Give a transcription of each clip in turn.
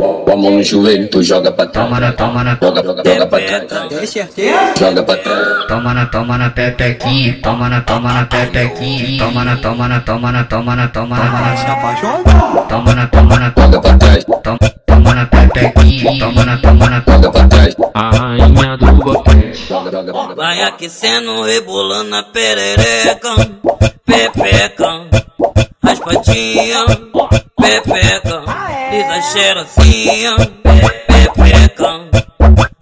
Com a mão no joelho, tu joga pra trás. Toma na, toma na, Joga, joga, joga pra trás. Deixa que? Joga pra trás. toma na, toma na pepequinha, toma na, toma na pepequinha, toma na, toma na, toma na, toma na, toma Se na, apaixona? toma na, toma na, toma Joga pra trás. na, toma na pepequinha, toma na, toma na, Joga pra trás. A rainha do boquete. Joga, joga, joga. Vai aquecendo, rebolando a perereca, pepeca, as patinhas, pepeca, lisa cheirosinha, pepeca,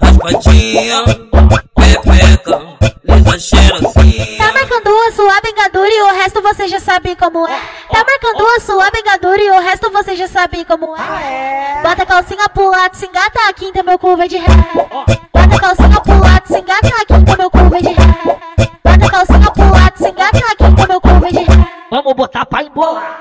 as patinhas, pepeca, assim, lisa Tá cheirosinha. marcando a sua bengadura e o resto você já sabe como é. Tá marcando a sua bengadura e o resto você já sabe como é. Bota a calcinha pro lado, se engata a quinta, meu cu vai de ré. Bota a calcinha pro lado, se engata a quinta, meu cu vai de ré. Bota a calcinha pro lado, se engata a quinta, meu cu vai de ré. Vamos botar pra embolar.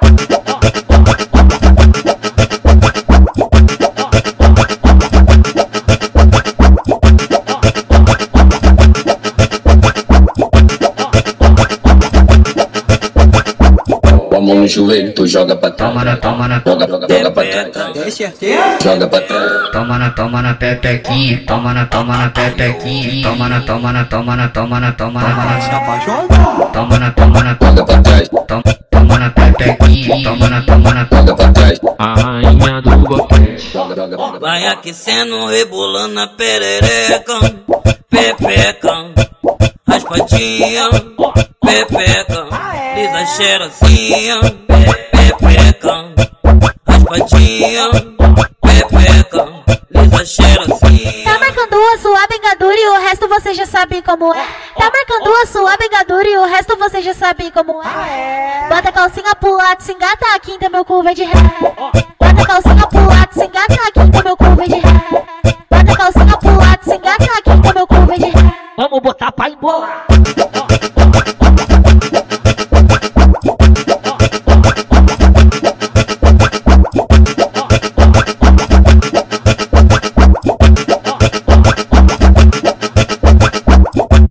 Com a mão no joelho, tu joga pra trás. toma na, toma na, Joga, joga, joga pra trás. Deixa que? Joga pra trás. toma na, toma na pepequinha, toma na, toma na pepequinha, toma na, toma na, toma na, toma na, toma Se na, apaixona? toma na, toma na, Joga pra trás. toma, toma na pepequinha, toma na, toma na, Joga pra trás. A rainha do boquete. Joga, joga, joga. Vai aquecendo, rebolando a perereca, pepeca, as patinhas, pepeca, lisa cheirosinha, pepeca, as patinhas, pepeca, assim. lisa Tá cheirosinha. marcando a sua bengadura e o resto você já sabe como é. Tá marcando a sua bengadura e o resto você já sabe como é. então, Bota a calcinha pro lado, se engata a quinta, meu cu vai de ré. Bota a calcinha pro lado, se engata a então,